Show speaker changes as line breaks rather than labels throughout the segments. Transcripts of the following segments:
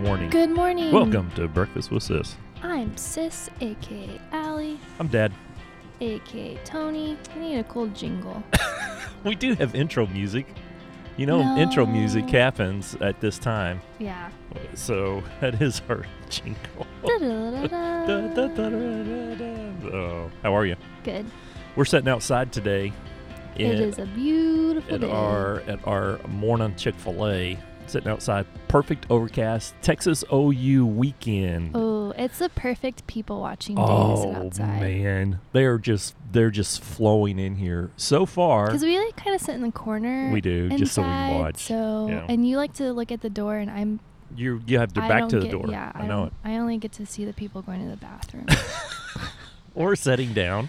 morning.
Good morning.
Welcome to Breakfast with Sis.
I'm Sis, aka Allie,
I'm Dad.
aka Tony. We need a cool jingle.
We do have intro music. You know, intro music
No.
happens at this time,
Yeah.
so that is our jingle. Da, da, da, da, da,
Da-da-da-da.
da. Oh, how are you?
Good.
We're sitting outside today.
It
at-
is a beautiful
at
day.
our at our morning Chick Fil A, sitting outside. Perfect overcast. Texas OU weekend.
oh, it's the perfect people watching day is it
Oh,
outside.
man, they're just they're just flowing in here. So far,
Because we like kind of sit in the corner.
We do, just so we can
inside,
watch.
So,
Yeah.
and you like to look at the door, and I'm.
you you have to
I
back
don't
to the
get-
door.
Yeah,
I know it.
don't- I only get to see the people going to the bathroom.
Or sitting down.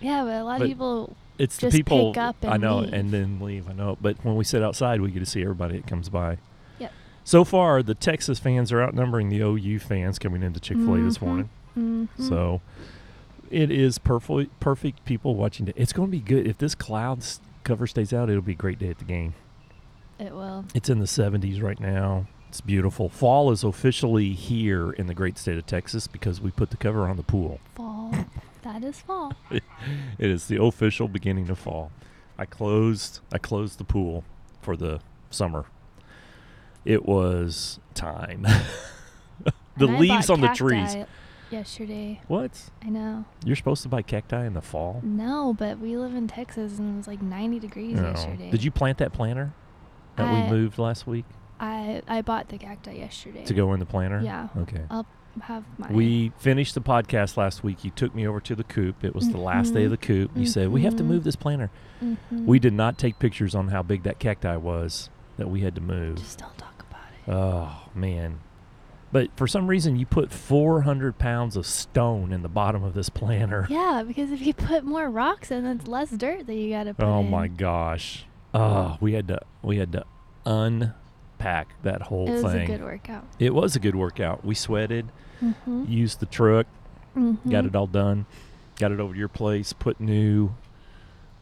yeah, but a lot
But-
of people
It's
Just
the people
pick up
I
and
know,
leave.
and then leave. I know, but when we sit outside, we get to see everybody that comes by.
Yep.
So far, the Texas fans are outnumbering the OU fans coming into Chick Fil A this
Mhm.
morning.
Mhm.
So it is perfect. Perfect people watching. It. It's going to be good if this cloud s- cover stays out. It'll be a great day at the game.
it will.
It's in the 70s right now. It's beautiful. Fall is officially here in the great state of Texas because we put the cover on the pool.
Fall. that is fall.
It is the official beginning of fall. I closed I closed the pool for the summer. It was time. the
And I
leaves
bought
on the trees.
cacti Yesterday,
What?
I know.
You're supposed to buy cacti in the fall?
No, but we live in Texas and it was like 90 degrees
No.
yesterday. Uh,
Did you plant that planter that
I-
we moved last week
I I bought the cacti yesterday.
to go in the planter?
Yeah. Uh,
Okay.
I'll have my.
We finished the podcast last week. You took me over to the coop. It was the last day of
Mhm.
the coop. You said, We have to
Mhm.
move this planter.
Mhm.
We did not take pictures on how big that cacti was that we had to move.
Just don't talk about it.
Oh man. But for some reason you put four hundred pounds of stone in the bottom of this planter.
Yeah, because if you put more rocks in, it's less dirt that you got to put
Oh
in.
my gosh. Oh, we had to we had to unpack that whole
It was
thing.
a good workout.
It was a good workout. We sweated,
Mm-hmm.
used the truck,
mm-hmm.
got it all done, got it over to your place, put new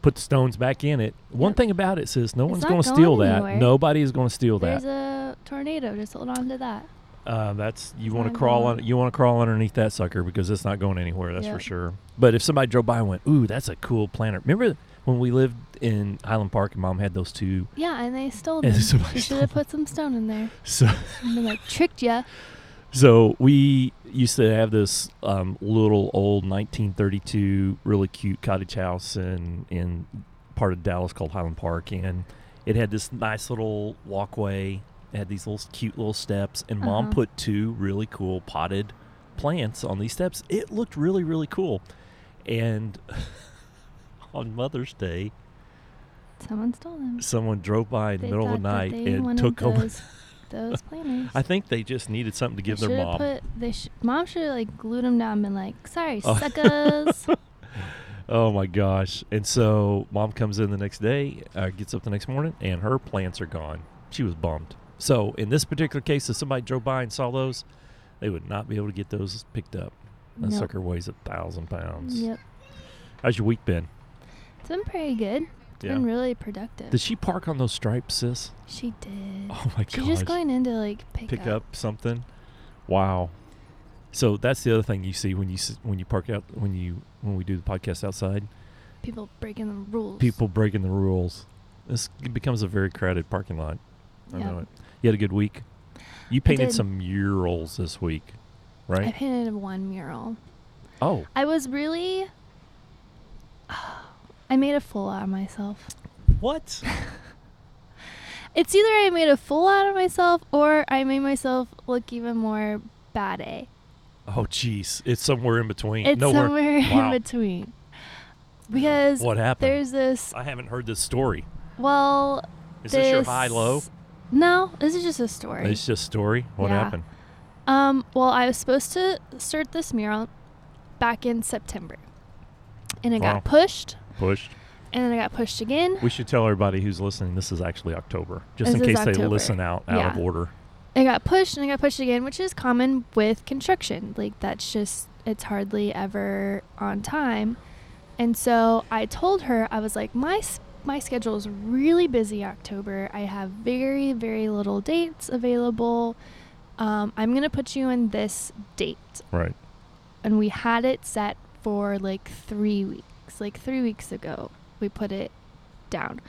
put the stones back in it. One
Yep.
thing about it, sis, no
It's
one's
not
gonna
going
steal that.
anywhere.
Nobody is gonna steal that.
There's a tornado. Just hold on to that.
Uh, that's you
It's
want to
not
crawl
going-
on you want to crawl underneath that sucker because it's not going anywhere. That's for
Yep.
sure. But if somebody drove by and went, "Ooh, that's a cool planter." Remember when we lived in Highland Park and Mom had those two?
Yeah, and they stole
And
them.
somebody
You
stole
should have put some stone in there.
So
And been like tricked ya.
so we used to have this um, little old 1932 really cute cottage house in in part of Dallas called Highland Park, and it had this nice little walkway. It had these little cute little steps, and Mom
Uh-huh.
put two really cool potted plants on these steps. It looked really really cool, and on Mother's Day,
Someone stole them.
someone drove by in the
They
middle of the
thought
night
that they
and
wanted
took them.
those, those planners.
I think they just needed something to give
They
their
should've
mom.
Put, they sh- mom should have like glued them down and been like, "Sorry,
Oh.
suckers."
Oh my gosh. And so mom comes in the next day, uh, gets up the next morning, and her plants are gone. She was bummed. So in this particular case, if somebody drove by and saw those, they would not be able to get those picked up. That
Nope.
sucker weighs a thousand pounds.
Yep,
How's your week been?
it's been pretty good. It's been really productive.
Did she park on those stripes, sis?
she did.
Oh my
She's
gosh.
just going in to like pick,
pick up something. Wow. So that's the other thing you see when you s- when you park out when you when we do the podcast outside.
people breaking the rules.
people breaking the rules. This becomes a very crowded parking lot. I
Yeah.
know it. You had a good week. You painted
did.
some murals this week,
I
right?
painted one mural.
oh,
I was really. I made a fool out of myself.
what?
It's either I made a fool out of myself or I made myself look even more bad A.
Oh, jeez, it's somewhere in between.
It's
Nowhere.
somewhere
Wow.
in between. Because
What happened?
there's this
I haven't heard this story.
well
Is this, your high low?
this- No, this is just a story.
It's just story. What
Yeah.
happened?
Um well I was supposed to start this mural back in September. And it
Wow.
got pushed
Pushed.
and then it got pushed again.
We should tell everybody who's listening. This is actually October, just
This
in
is
case they
October.
listen out out of
Yeah.
order.
It got pushed and it got pushed again, which is common with construction. Like that's just it's hardly ever on time. And so I told her I was like my s- my schedule is really busy October. I have very very little dates available. um, I'm going to put you in this date.
Right.
And we had it set for like three weeks. Like three weeks ago, we put it down.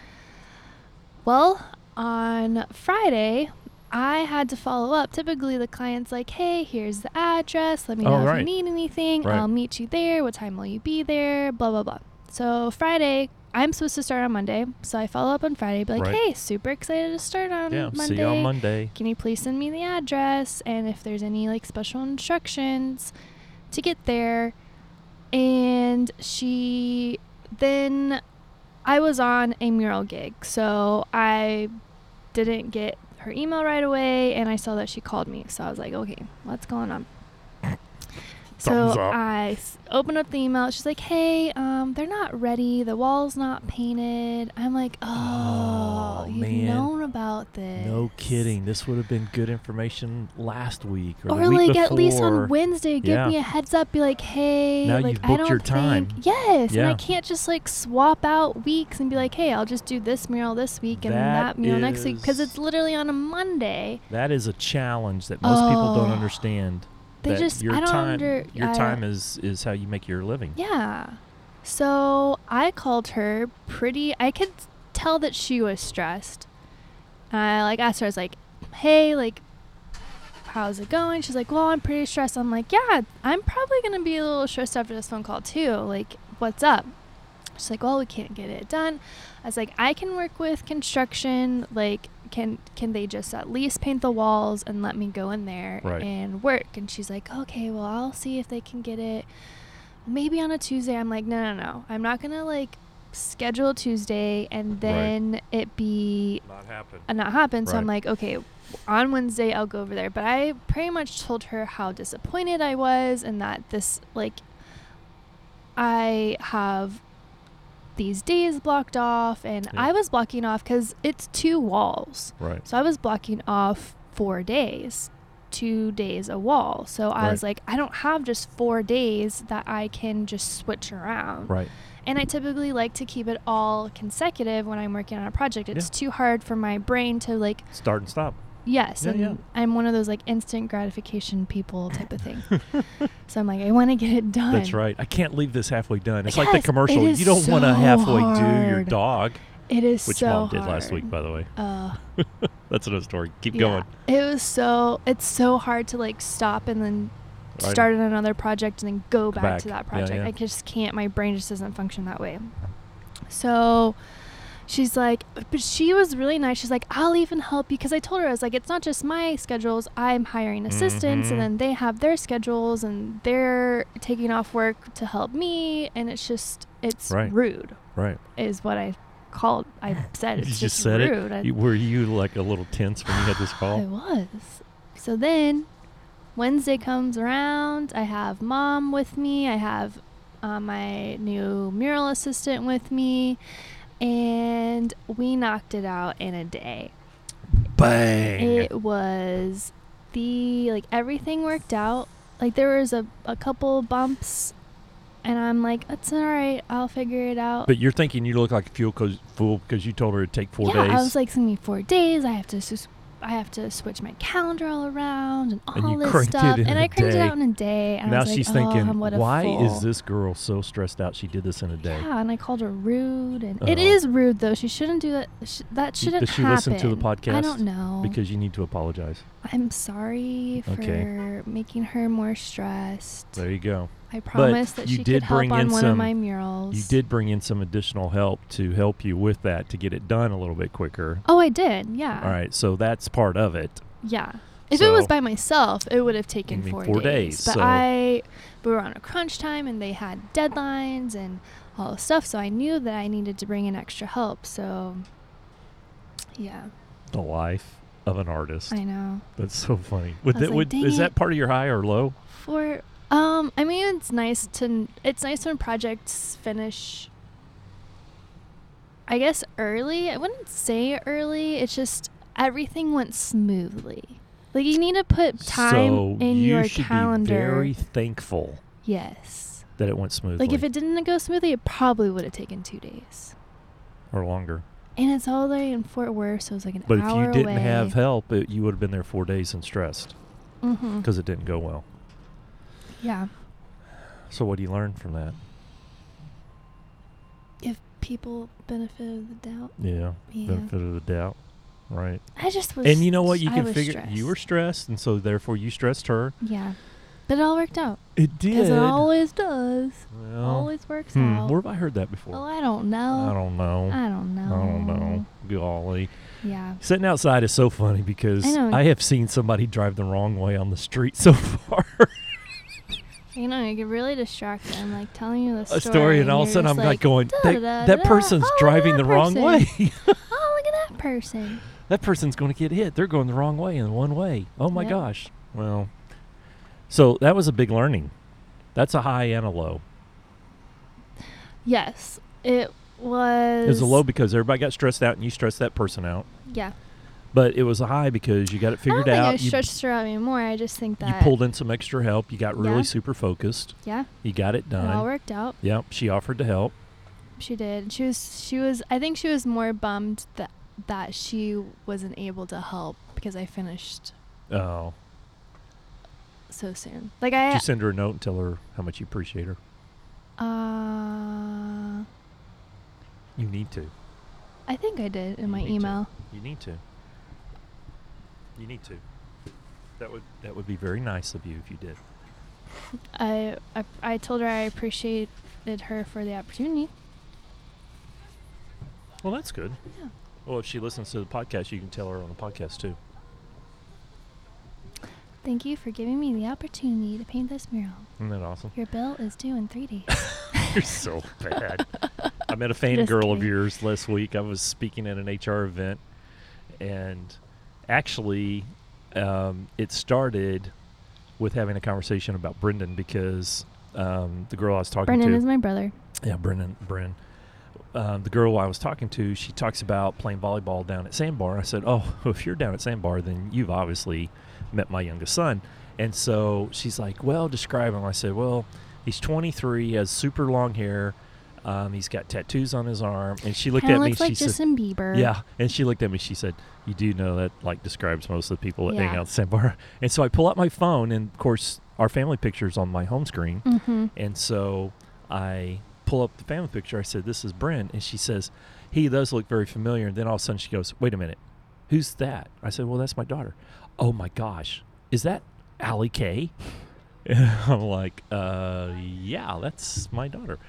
Well, on Friday, I had to follow up. Typically, the client's like, hey, here's the address. Let me
Oh,
know if
right.
you need anything.
Right.
I'll meet you there. What time will you be there? Blah, blah, blah. So, Friday, I'm supposed to start on Monday. So, I follow up on Friday, be like,
Right.
hey, super excited to start on
yeah.
Monday
See you on Monday.
can you please send me the address and if there's any like special instructions to get there and she then i was on a mural gig so i didn't get her email right away and i saw that she called me so i was like okay what's going on so
Thumbs up.
i s- opened up the email she's like hey um, they're not ready the wall's not painted i'm like oh,
Oh,
you've
man.
known about this
No kidding. This would have been good information last week or,
or
the week
like
before.
at least on Wednesday, give
Yeah.
me a heads up. Be like, hey,
Now
like
you've
I
booked
don't
your
think
time.
yes, and I
Yeah.
can't just like swap out weeks and be like, hey, I'll just do this mural this week and
That
that, mural next week because
is-
it's literally on a Monday.
That is a challenge that most people don't
Oh.
understand.
They
that
just-
your
I don't
time,
under-
your
I-
time is is how you make your living.
Yeah, so I called her pretty. I could tell that she was stressed. I like asked her, I was like, hey, like. How's it going? She's like, Well, I'm pretty stressed. I'm like, Yeah, I'm probably going to be a little stressed after this phone call, too. Like, what's up? She's like, well, we can't get it done. I was like, I can work with construction. Like, can can they just at least paint the walls and let me go in there
Right.
and work? And she's like, okay, well, I'll see if they can get it. Maybe on a Tuesday. I'm like, no, no, no. I'm not gonna like schedule Tuesday and then it be
Not happen.
uh, not happen. So I'm
Right.
like, okay, on Wednesday I'll go over there. But I pretty much told her how disappointed I was and that this like I have these days blocked off and
Yeah.
I was blocking off cuz it's two walls.
Right.
So I was blocking off 4 days. 2 days a wall. So I was like I don't have just 4 days that I can just switch around.
Right.
And I typically like to keep it all consecutive when I'm working on a project. It's
Yeah.
too hard for my brain to like,
Start and stop.
yes,
Yeah,
and
yeah.
I'm one of those like instant gratification people type of thing. so I'm like, I want to get it done.
That's right. I can't leave this halfway done. It's like
Yes,
the commercial.
it is
You don't want to
so
halfway do your
hard.
dog,
It is
which
so
mom did last
hard.
week, by the way.
Uh,
That's another story. Keep
yeah.
going.
It was so. It's so hard to like stop and then
Right.
start on another project and then go
Go
back, to
back.
that
Yeah,
project.
yeah.
I just can't. My brain just doesn't function that way. So she's like, but she was really nice. She's like, I'll even help you because I told her I was like, it's not just my schedules. I'm hiring assistants,
Mhm.
and then they have their schedules and they're taking off work to help me, and it's just it's
Right.
rude,
Right.
is what I called. I said it's
you
just,
just, said
rude. I-
it. You- were you like a little tense when you had this
I
call?
was. So then Wednesday comes around. I have mom with me. I have uh, my new mural assistant with me. And we knocked it out in a day.
Bang.
It was the, like, everything worked out. Like, there was a, a couple bumps. And I'm like, it's all right. I'll figure it out.
but you're thinking you look like a fuel cause, fool because you told her it'd take four
yeah,
days.
I was like, it's gonna be four days. I have to, s- I have to switch my calendar all around and
And
all
you
this
cranked it
stuff.
in
And
a
I cranked
day.
it out in a day. And I
now
was like,
she's
"Oh,
thinking,
I'm what a
why is
fool."
this girl so stressed out? She did this in a day.
Yeah, and I called her rude, and it
Oh.
is rude though. She shouldn't do that. Sh- that shouldn't
does she
happen.
listen to the
I
podcast?
don't know.
Because you need to apologize.
I'm sorry for
Okay.
making her more stressed.
There you go.
I promised that
you
she
did
could help
bring in
on one
some-
of my murals.
You did bring in some additional help to help you with that to get it done a little bit quicker.
Oh, I did. Yeah.
All right, so that's part of it.
Yeah. If it was
So-
by myself, it would have taken
mean
four,
four
days.
days,
But
so-
I, we were on a crunch time, and they had deadlines and all this stuff. So I knew that I needed to bring in extra help. So, yeah,
The life of an artist.
I know.
That's so funny. Would
I was
that
like,
would
"Dang
is that
it."
part of your high or low?
For um, I mean, it's nice to it's nice when projects finish. I guess early. I wouldn't say early. It's just everything went smoothly. Like you need to put time
so
in
you
your
should
calendar.
be very thankful
yes.
that it went smoothly
Like if it didn't go smoothly, it probably would have taken two days.
or longer.
And it's all the way in Fort Worth, so it's like an
But if
hour
you didn't
away.
have help, it, you would have been there 4 days and stressed.
Mm-hmm.
because it didn't go well.
Yeah.
So what do you learn from that?
Give people benefit of the doubt.
Yeah,
Yeah.
benefit of the doubt, right?
I just was.
And you know what? You
I
can
was
figure you were
stressed.
stressed, and so therefore you stressed her.
Yeah. But it all worked out.
It
Because
did.
it always does.
well,
always works
hmm,
out.
where have I heard that before?
Well, I don't know.
I don't know.
I don't know.
I don't know. Golly.
Yeah.
Sitting outside is so funny because
I know.
I, have seen somebody drive the wrong way on the street so far.
You know, you get really distracted. I'm like telling you the
a
story.
story, and all of a
you're
sudden I'm
just
like, going,
da,
that,
da,
that
da,
person's
oh,
driving
that
the wrong
person."
way.
Oh, look at that person.
that person's going to get hit. They're going the wrong way in one way. Oh my
Yep.
gosh. Well, so that was a big learning. That's a high and a low.
Yes, it was.
It was a low because everybody got stressed out and you stressed that person out.
Yeah,
But it was a high because you got it figured
I don't
out.
Think I
you,
stretched her out anymore. I just think
you
that
pulled in some extra help. You got really
Yeah.
super focused.
Yeah,
You got it
it all
done.
worked out.
Yep. She offered to help.
She did. She was. She was. I think she was more bummed that that she wasn't able to help because I finished
Oh.
so soon. Like I.
Just send her a note and tell her how much you appreciate her.
uh,
You need to.
I think I did in my
You need to.
email.
You need to. You need to. That would that would be very nice of you if you did.
I, I I told her I appreciated her for the opportunity.
Well, that's good.
Yeah.
Well, if she listens to the podcast, you can tell her on the podcast too.
Thank you for giving me the opportunity to paint this mural.
Isn't that awesome?
Your bill is due in three days.
You're so bad. I met a
Just
fangirl of
kidding.
yours last week. I was speaking at an HR event, and actually, um, it started with having a conversation about Brendan because um, the girl I was talking
Brennan
to.
is my brother.
Yeah, Brennan. Bren. Um, the girl I was talking to, she talks about playing volleyball down at Sandbar. I said, "Oh, if you're down at Sandbar, then you've obviously met my youngest son." And so she's like, "Well, describe him." I said, "Well, he's 23, has super long hair, um, he's got tattoos on his arm." And she looked at
Kinda
me.
looks
she
like
said,
Justin Bieber.
yeah, and she looked at me. She said, "You do know that like describes most of the people that hang
Yeah.
out at Sandbar." And so I pull out my phone, and of course, our family pictures on my home screen.
Mm-hmm.
And so I pull up the family picture. I said, This is Bryn. And she says, He does look very familiar. And then all of a sudden she goes, Wait a minute. Who's that? I said, Well, that's my daughter. Oh my gosh. Is that Allie Kay? And I'm like, uh, Yeah, that's my daughter.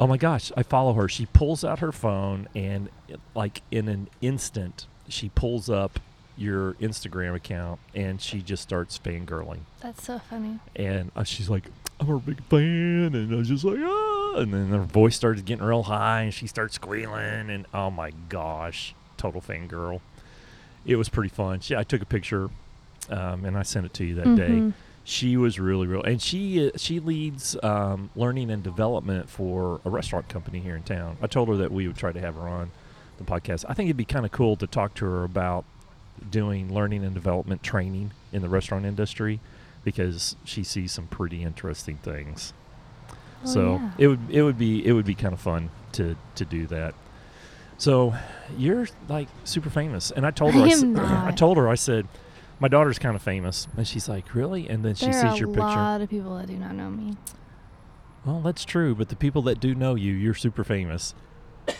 Oh my gosh. I follow her. She pulls out her phone and, like, in an instant, she pulls up your Instagram account and she just starts fangirling
That's so funny.
and uh, she's like, "I'm her big fan," and I was just like, "Ah!" And then her voice started getting real high, and she starts squealing, and oh my gosh, total fangirl. It was pretty fun. She, I took a picture, um, and I sent it to you that day.
Mhm.
She was really real, and she uh, she leads um, learning and development for a restaurant company here in town. I told her that we would try to have her on the podcast. I think it'd be kind of cool to talk to her about doing learning and development training in the restaurant industry because she sees some pretty interesting things.
Oh,
so
yeah.
it would it would be it would be kind of fun to to do that. So you're like super famous, and I told her
I
I, s-
am
I
not.
told her I said my daughter's kind of famous, and she's like really, and then she
there are
sees your
a
picture.
lot of people that do not know me.
Well, that's true, but the people that do know you, you're super famous.
Mm.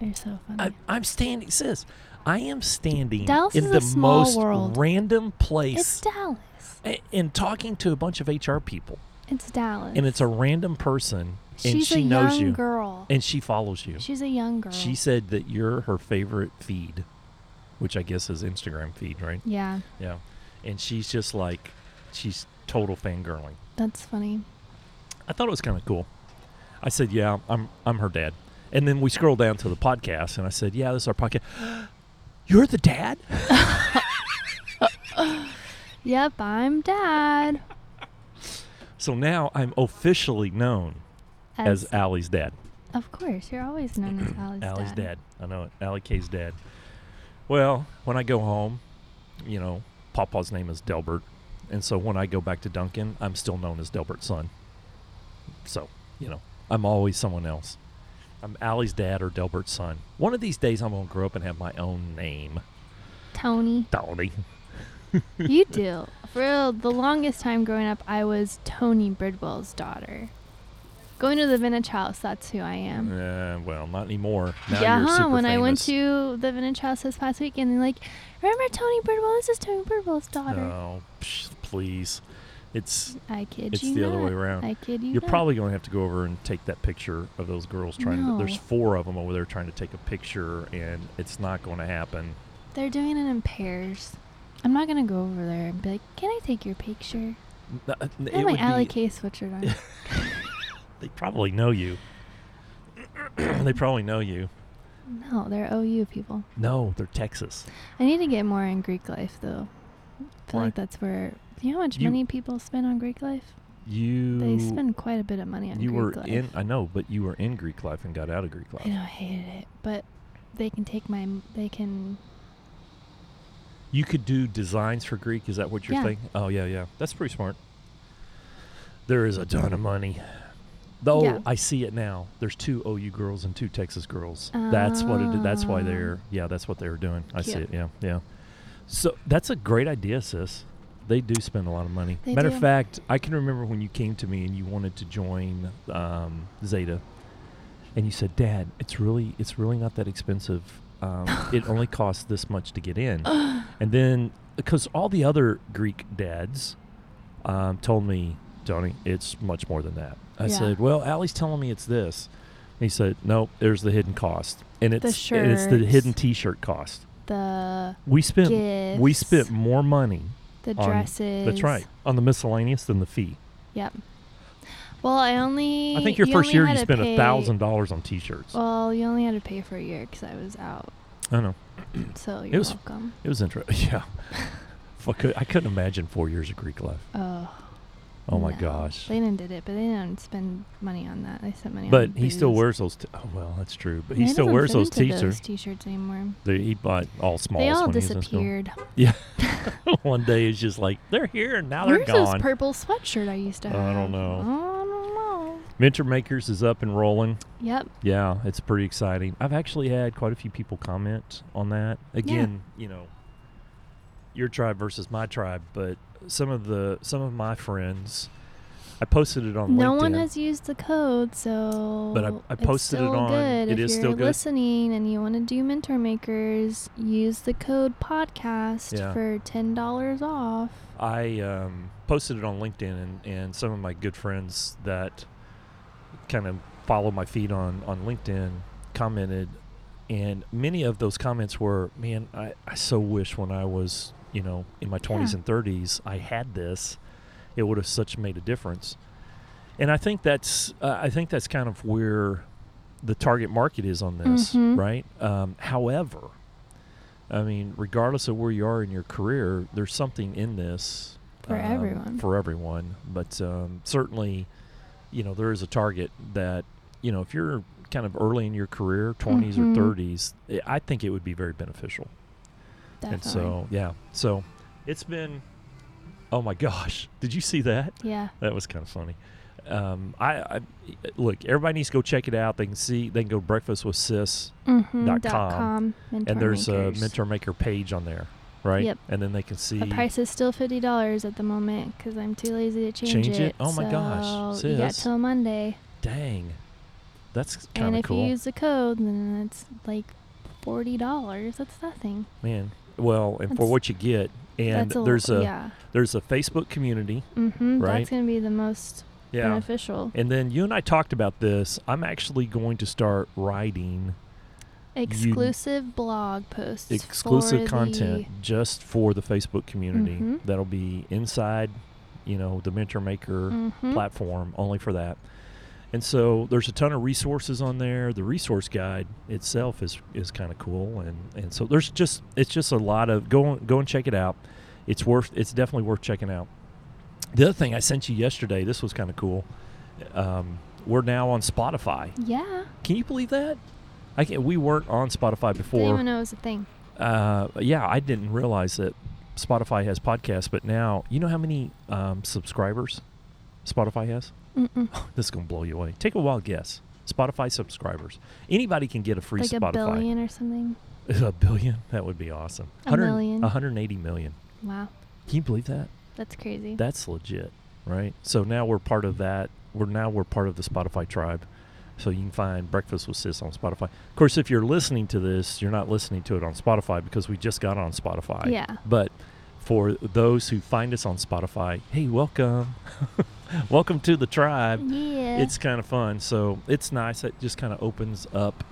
They're so funny.
I, I'm standing, sis. I am standing
Dallas
in
is a
the
small
most
world.
random
it's
place
Dallas.
a- and talking to a bunch of HR people,
It's Dallas.
and it's a random person,
She's
and
a
she knows
young
you,
girl.
and she follows you.
She's a young girl.
She said that you're her favorite feed, which I guess is Instagram feed, right?
yeah,
Yeah. And she's just like, she's total fangirling.
that's funny.
I thought it was kind of cool. I said, "Yeah, I'm I'm her dad." And then we scroll down to the podcast, and I said, "Yeah, this is our podcast." You're the dad.
Yep, I'm dad.
So now I'm officially known as, Allie's dad.
of course, you're always known as Ali's dad.
Allie's dad. I know it. Allie K's dad. Well, when I go home, you know, Papa's name is Delbert, and so when I go back to Duncan, I'm still known as Delbert's son. So, you know, I'm always someone else. I'm Allie's dad or Delbert's son. One of these days, I'm gonna grow up and have my own name.
Tony.
Tony.
you do. For real, the longest time growing up, I was Tony Bridwell's daughter. Going to the Vintage House, that's who I am.
Uh, well, not anymore. Now
yeah,
you're
huh?
super
When I went
famous.
to the Vintage House this past weekend, they're like, remember Tony Bridwell? This is Tony Bridwell's daughter.
Oh, psh, please. It's
I kid
it's
you
the
not.
other way around.
I kid you
You're
not.
probably going to have to go over and take that picture of those girls trying to. There's
No.
four of them over there trying to take a picture, and it's not going to happen.
They're doing it in pairs. I'm not gonna go over there and be like, "Can I take your picture?"
N- n-
I
It
have
would
my
be-
Alley K sweatshirt on.
They probably know you. they probably know you.
no, they're OU people.
No, they're Texas.
I need to get more in Greek life, though. I feel
Why?
like that's where. Do you know how much
You-
money people spend on Greek life?
You.
They spend quite a bit of money on
You
Greek
were
life.
in. I know, but you were in Greek life and got out of Greek life.
I know, I hated it, but they can take my. m- They can.
You could do designs for Greek. Is that what you're
Yeah.
thinking? Oh yeah, yeah. That's pretty smart. There is a ton of money. Though
Yeah.
I see it now. There's two OU girls and two Texas girls. That's what it. That's why
Ah.
they're. Yeah, that's what they were doing. I see
Cute.
it. Yeah, yeah. So that's a great idea, sis. They do spend a lot of money.
They
Matter
do.
of fact, I can remember when you came to me and you wanted to join um, Zeta, and you said, "Dad, it's really, it's really not that expensive. Um, it only costs this much to get in." And then, because all the other Greek dads um, told me, Tony, it's much more than that. I
Yeah.
said, Well, Allie's telling me it's this. And he said, No, there's the hidden cost, and it's and it's the
shirts.
hidden T-shirt cost.
The
We spent we
Gifts.
spent more money.
the
on-
dresses.
That's right on the miscellaneous than the fee.
Yep. Well, I only.
I think your
you
first
only
year
had
you
to
spent
pay-
a thousand dollars on T-shirts.
Well, you only had to pay for a year because I was out.
I know
So you're
was-
welcome.
it was interesting. Yeah, Fuck, I couldn't imagine four years of Greek life.
Oh.
Oh my
no.
gosh.
They didn't did it, but they didn't spend money on that. They spent money.
But
on
he still
booze.
wears those. T- oh, well, that's true. But
Yeah,
he
it
still
doesn't
wears
fit
those
into
t-shirts.
T-shirts anymore.
They- He bought all smalls.
they all
when
disappeared.
He was in school. One day it's just like they're here and now they're
Where's this
gone.
purple sweatshirt I used to
I
have?
don't know.
I don't know.
Mentor Makers is up and rolling.
Yep.
Yeah, it's pretty exciting. I've actually had quite a few people comment on that. Again, you know, your tribe versus my tribe, but some of the some of my friends, I posted it on
no
LinkedIn.
one has used the code, so.
But I- I posted it
it's still
on-
Good.
it
if
is
you're
still good?
listening and you want to do mentor makers, use the code podcast
Yeah.
for ten dollars off.
I um, posted it on LinkedIn, and, and some of my good friends that kind of follow my feed on, on LinkedIn commented, and many of those comments were, "Man, I, I so wish when I was, you know, in my twenties
Yeah.
and thirties, I had this. It would have such made a difference." And I think that's uh, I think that's kind of where the target market is on this,
Mhm.
right? Um, however, I mean, regardless of where you are in your career, there's something in this
For
um,
everyone.
For everyone, but um, certainly, you know, there is a target that you know if you're kind of early in your career, 20s
Mhm.
or 30s, i I think it would be very beneficial.
Definitely.
And so, yeah, so it's been. Oh my gosh! Did you see that?
Yeah.
That was kind of funny. Um, I, I look. Everybody needs to go check it out. They can see. They can go to breakfast with sis
Mm-hmm.
Dot com.
com. Mentor
and there's
makers.
a mentor maker page on there, right?
Yep.
And then they can see.
The price is still fifty dollars at the moment because I'm too lazy to change,
Change it? Oh my gosh,
So you got
sis.
till Monday,
Dang, that's
and
kind of
if
cool,
you use the code, then it's like forty dollars. That's nothing.
man. Well, and for
That's-
what you get, and
That's a
there's
lo-
a
yeah.
there's a Facebook community,
Mm-hmm.
right?
That's gonna be the most
yeah.
beneficial.
And then you and I talked about this. I'm actually going to start writing
Exclusive blog posts.
exclusive
for
content just for the Facebook community.
Mhm.
That'll be inside, you know, the Mentor Maker
The, Mhm.
platform only for that. And so there's a ton of resources on there. The resource guide itself is is kind of cool, and and so there's just it's just a lot of go on- go and check it out. It's worth it's definitely worth checking out. The other thing I sent you yesterday, this was kind of cool. Um, we're now on Spotify.
Yeah.
Can you believe that? I can't, we weren't on Spotify
Didn't
before.
even know it was a thing.
Uh, yeah, I didn't realize that Spotify has podcasts, but now you know how many um, subscribers Spotify has.
Mm-mm.
This is gonna blow you away. Take a wild guess. Spotify subscribers. Anybody can get a free
like
Spotify.
a billion or something.
A billion? That would be awesome.
A million.
One hundred eighty million.
Wow.
Can you believe that?
That's crazy.
That's legit, right? So now we're part of that. We're now we're part of the Spotify tribe. So you can find Breakfast with Sis on Spotify. Of course, if you're listening to this, you're not listening to it on Spotify because we just got on Spotify.
Yeah.
But for those who find us on Spotify, hey, welcome. welcome to the tribe.
yeah.
It's kind of fun. So it's nice. It just kind of opens up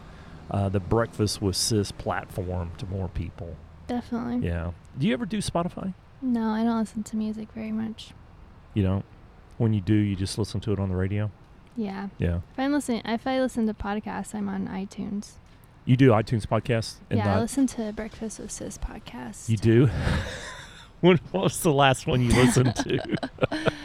uh, the Breakfast with Sis platform to more people.
definitely.
Yeah. Do you ever do Spotify?
No, I don't listen to music very much.
You don't? When you do, you just listen to it on the radio?
Yeah.
Yeah.
If I'm listening, if I listen to podcasts, I'm on iTunes.
You do iTunes podcasts? And
yeah, I
not-
listen to Breakfast with Sis podcast.
you do? when, what was the last one you listened to?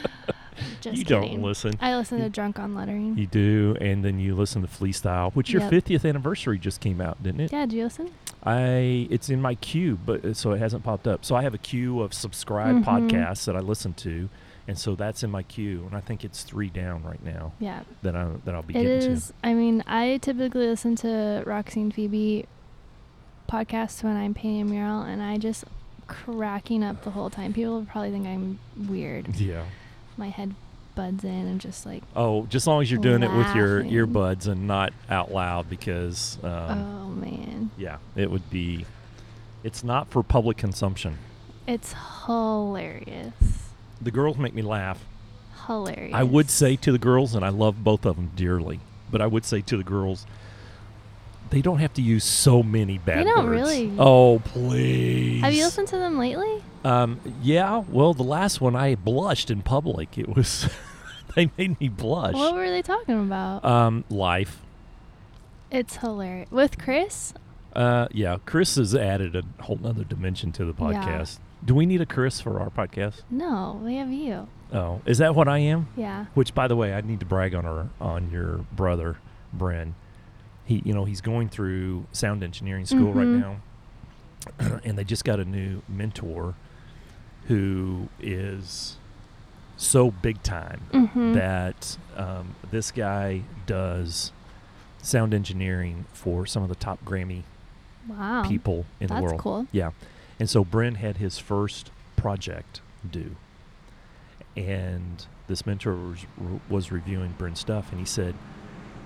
Just
you
kidding.
don't listen.
I listen
You-
to Drunk on Lettering.
You do, and then you listen to Flea Style, which your
Yep.
50th anniversary just came out, didn't it?
yeah, do you listen?
I it's in my queue, but uh, so it hasn't popped up. So I have a queue of subscribed
Mhm.
podcasts that I listen to, and so that's in my queue, and I think it's three down right now
Yeah.
that I that I'll be
It
getting
is.
to.
I mean, I typically listen to Roxy and Phoebe podcasts when I'm painting a mural, and I just cracking up the whole time. People probably think I'm weird.
Yeah.
My head buds in and just like,
Oh, just as long as you're doing it with your
Laughing.
earbuds and not out loud, because um,
oh man,
yeah, it would be. It's not for public consumption.
it's hilarious,
The girls make me laugh.
hilarious.
I would say to the girls, and I love both of them dearly, but I would say to the girls, they don't have to use so many bad
They don't
words.
really.
Oh, please.
Have you listened to them lately?
Um, yeah. Well, the last one I blushed in public. It was, they made me blush.
What were they talking about?
Um, life.
it's hilarious with Chris.
Uh, yeah. Chris has added a whole nother dimension to the
Yeah.
podcast. Do we need a Chris for our podcast?
No, we have you.
Oh, is that what I am?
Yeah.
Which, by the way, I need to brag on her on your brother, Bren. He, you know, he's going through sound engineering school
Mhm.
right now, and they just got a new mentor who is so big time
Mm-hmm.
that um, this guy does sound engineering for some of the top Grammy
wow.
people in
That's
the world.
cool.
Yeah. And so Bren had his first project due. And this mentor was, was reviewing Bren's stuff and he said,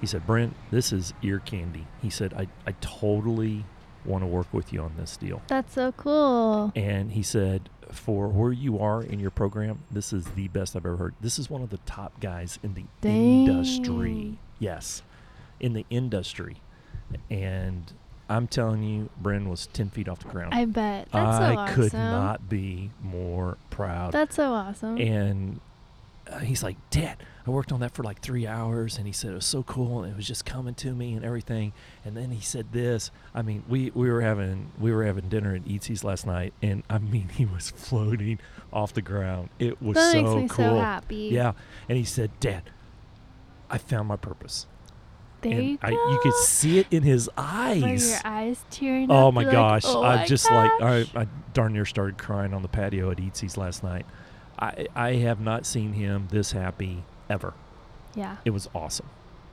he said, Brent, this is ear candy. He said, I, I totally want to work with you on this deal.
That's so cool.
And he said, for where you are in your program, this is the best I've ever heard. This is one of the top guys in the industry.
Dang.
Yes, in the industry. And I'm telling you, Bren was 10 feet off the ground.
I bet. That's
I
so awesome.
could not be more proud.
That's so awesome.
and uh, he's like, Dad, I worked on that for like three hours. And he said, it was so cool. And it was just coming to me and everything. And then he said this. I mean, we, we were having we were having dinner at Eatsy's last night. And I mean, he was floating off the ground. It was
that
so
makes me
cool.
so happy.
Yeah. And he said, Dad, I found my purpose.
There
and
you,
I, you could
go.
see it in his eyes.
Were your eyes tearing up?
Oh my
You're
gosh!
Like, oh
I
my
just
gosh."
like uh, I, I darn near started crying on the patio at Eatsy's last night. I I have not seen him this happy ever.
yeah.
It was awesome.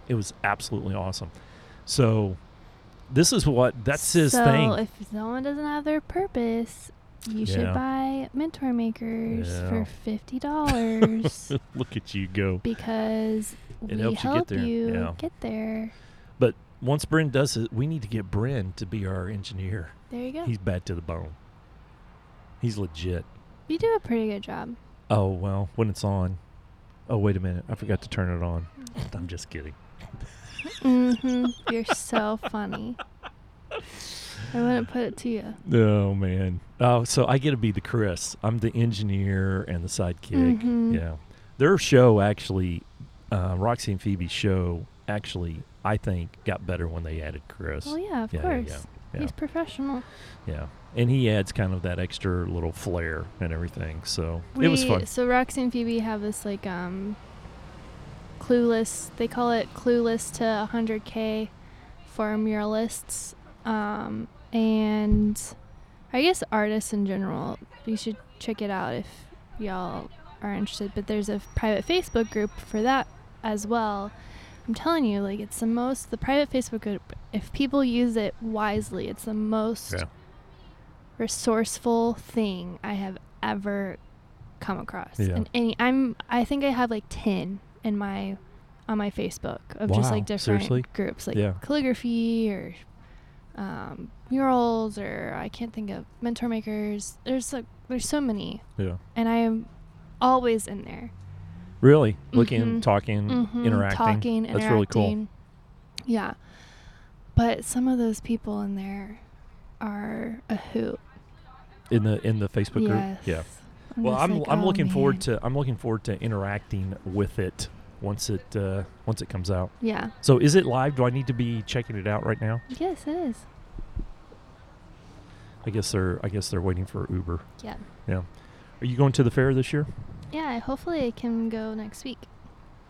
It was absolutely awesome. So this is what that's his
so
thing.
if someone doesn't have their purpose, you
Yeah.
should buy Mentor Makers
Yeah.
for fifty dollars
Look at you go.
because
It
we
helps you get
help
there.
you
Yeah.
get there.
But once Bryn does it, we need to get Bryn to be our engineer.
There you go.
He's bad to the bone. He's legit.
you do a pretty good job.
Oh well, when it's on. Oh wait a minute, I forgot to turn it on.
Mm.
I'm just kidding.
hmm You're so funny. I wouldn't put it to you.
Oh man. Oh, so I get to be the Chris. I'm the engineer and the sidekick.
Mhm.
Yeah. Their show actually, uh, Roxy and Phoebe's show actually, I think, got better when they added Chris.
Well, yeah, of
yeah, yeah,
course.
yeah, yeah.
He's professional.
yeah. And he adds kind of that extra little flair and everything. So it was
We-
fun.
So Roxy and Phoebe have this like um clueless. They call it clueless to 100k for muralists, um, and I guess artists in general. You should check it out if y'all are interested. But there's a private Facebook group for that as well. I'm telling you, like it's the most the private Facebook group. If people use it wisely, it's the most
Yeah.
resourceful thing I have ever come across.
Yeah.
And any, I'm I think I have like ten in my on my Facebook of just
Wow,
like different
seriously?
groups, like
Yeah.
calligraphy or um, murals, or I can't think of mentor makers. There's like there's so many,
Yeah.
and I am always in there.
Really? Looking,
Mhm.
talking,
Mhm,
interacting.
talking,
That's really cool.
interacting. Yeah, but some of those people in there are a hoot.
In the in the Facebook
yes.
group. Yeah.
I'm
well,
just
I'm
like,
I'm
"Oh,
looking
man."
forward to uh, I'm looking forward to interacting with it once it uh, once it comes out.
Yeah.
So is it live? Do I need to be checking it out right now?
Yes, it is.
I guess they're I guess they're waiting for Uber.
Yeah.
Yeah. Are you going to the fair this year?
Yeah. Hopefully, it can go next week.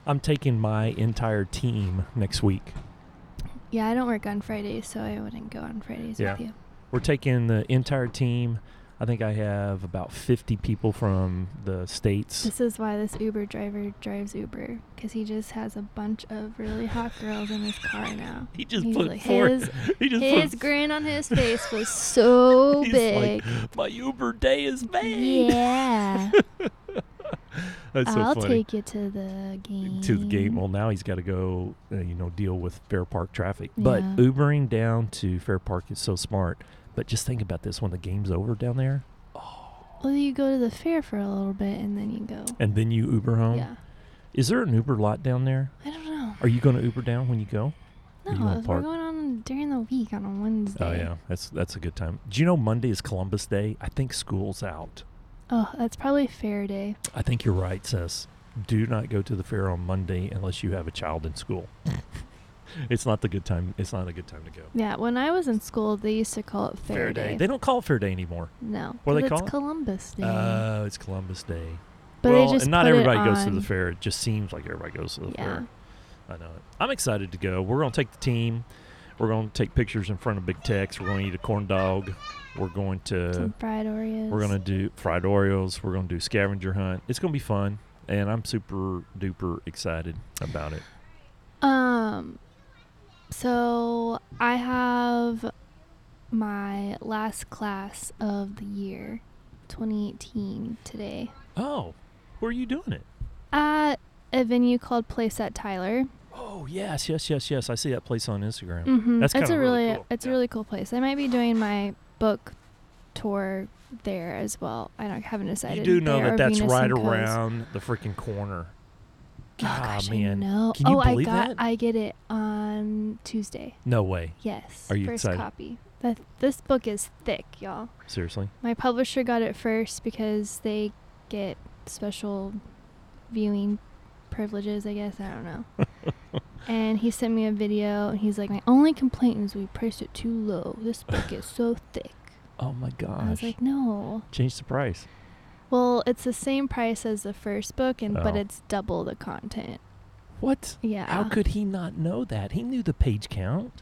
I'm taking my entire team next week.
Yeah, I don't work on Fridays, so I wouldn't go on Fridays
Yeah.
with you.
We're taking the entire team. I think I have about 50 people from the states.
This is why this Uber driver drives Uber because he just has a bunch of really hot girls in his car now.
He just
He's
put
like,
four.
his
he just put
his grin on his face was so
He's
big.
like, my Uber day is made.
yeah,
That's so
I'll
funny.
take you to the game.
to the game. Well, now he's got to go, uh, you know, deal with Fair Park traffic. But
Yeah.
Ubering down to Fair Park is so smart. But just think about this: when the game's over down there,
Oh. Well, you go to the fair for a little bit and then you go.
and then you Uber home.
yeah,
Is there an Uber lot down there?
I don't know.
Are you going to Uber down when you go?
No,
you wanna
we're
park?
going on during the week on a Wednesday.
Oh yeah, that's that's a good time. Do you know Monday is Columbus Day? I think school's out.
Oh, that's probably fair day.
I think you're right, Sess. Do not go to the fair on Monday unless you have a child in school. it's not the good time. It's not a good time to go.
Yeah, when I was in school, they used to call it fair, day.
They don't call it fair day anymore.
No,
What do they
but it's
call it?
Columbus Day.
Oh, it's Columbus Day.
but
well,
they just
and not
put it
everybody goes to the
on-
fair. It just seems like everybody goes to the
Yeah.
fair. I know it. I'm excited to go. We're gonna take the team. We're gonna take pictures in front of Big Tex. We're gonna eat a corn dog. We're going to
Some fried Oreos.
uh, We're gonna do fried Oreos. We're gonna do scavenger hunt. It's gonna be fun, and I'm super duper excited about it.
Um, so I have my last class of the year, 2018 today
Oh, where are you doing it?
at a venue called Place at Tyler.
Oh yes, yes, yes, yes. I see that place on Instagram.
Mm-hmm.
That's
it's
kinda
a
really
really,
cool,
it's
yeah.
a really cool place. I might be doing my book tour there as well. I don't haven't decided.
You do know
there
that
or
that's
Venus
right
and Co's.
around the freaking corner.
Oh
God,
gosh,
man.
I know.
Can you
oh, I
believe
got,
that?
I get it on Tuesday.
No way.
Yes.
Are you
first
excited?
copy. That this book is thick, y'all.
Seriously.
My publisher got it first because they get special viewing privileges, I guess. I don't know. and he sent me a video, and he's like, "My only complaint is we priced it too low. This book is so thick."
Oh my
I was
gosh.
like, "No."
Change the price.
Well, it's the same price as the first book, and but
Oh.
it's double the content.
What?
Yeah.
How could he not know that? He knew the page count.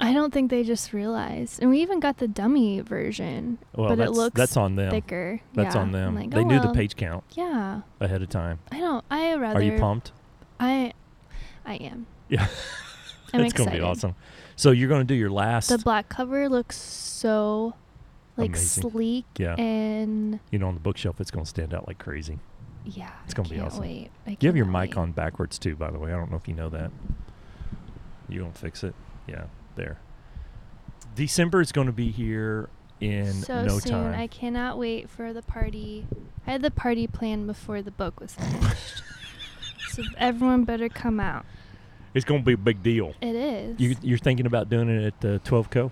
I don't think they just realized. And we even got the dummy version,
Well,
but
that's
it looks
that's on them.
thicker.
That's
Yeah.
on them.
I'm like,
they
"Oh,
knew the
well."
page count
Yeah.
ahead of time.
I don't. I rather.
Are you pumped?
I, I am.
Yeah.
I'm
it's
excited.
gonna be awesome. So you're gonna do your last.
The black cover looks so, like
Amazing.
sleek
yeah.
and
you know, on the bookshelf, it's gonna stand out like crazy.
yeah.
It's gonna
I
be
can't
awesome.
Wait. I
You have your
cannot
mic
wait.
on backwards too, by the way. I don't know if you know that. You gonna fix it? Yeah. There. December is gonna be here in
so
no
soon.
time.
I cannot wait for the party. I had the party planned before the book was finished, so everyone better come out.
It's gonna be a big deal.
It is.
You, you're thinking about doing it at the 12 Co.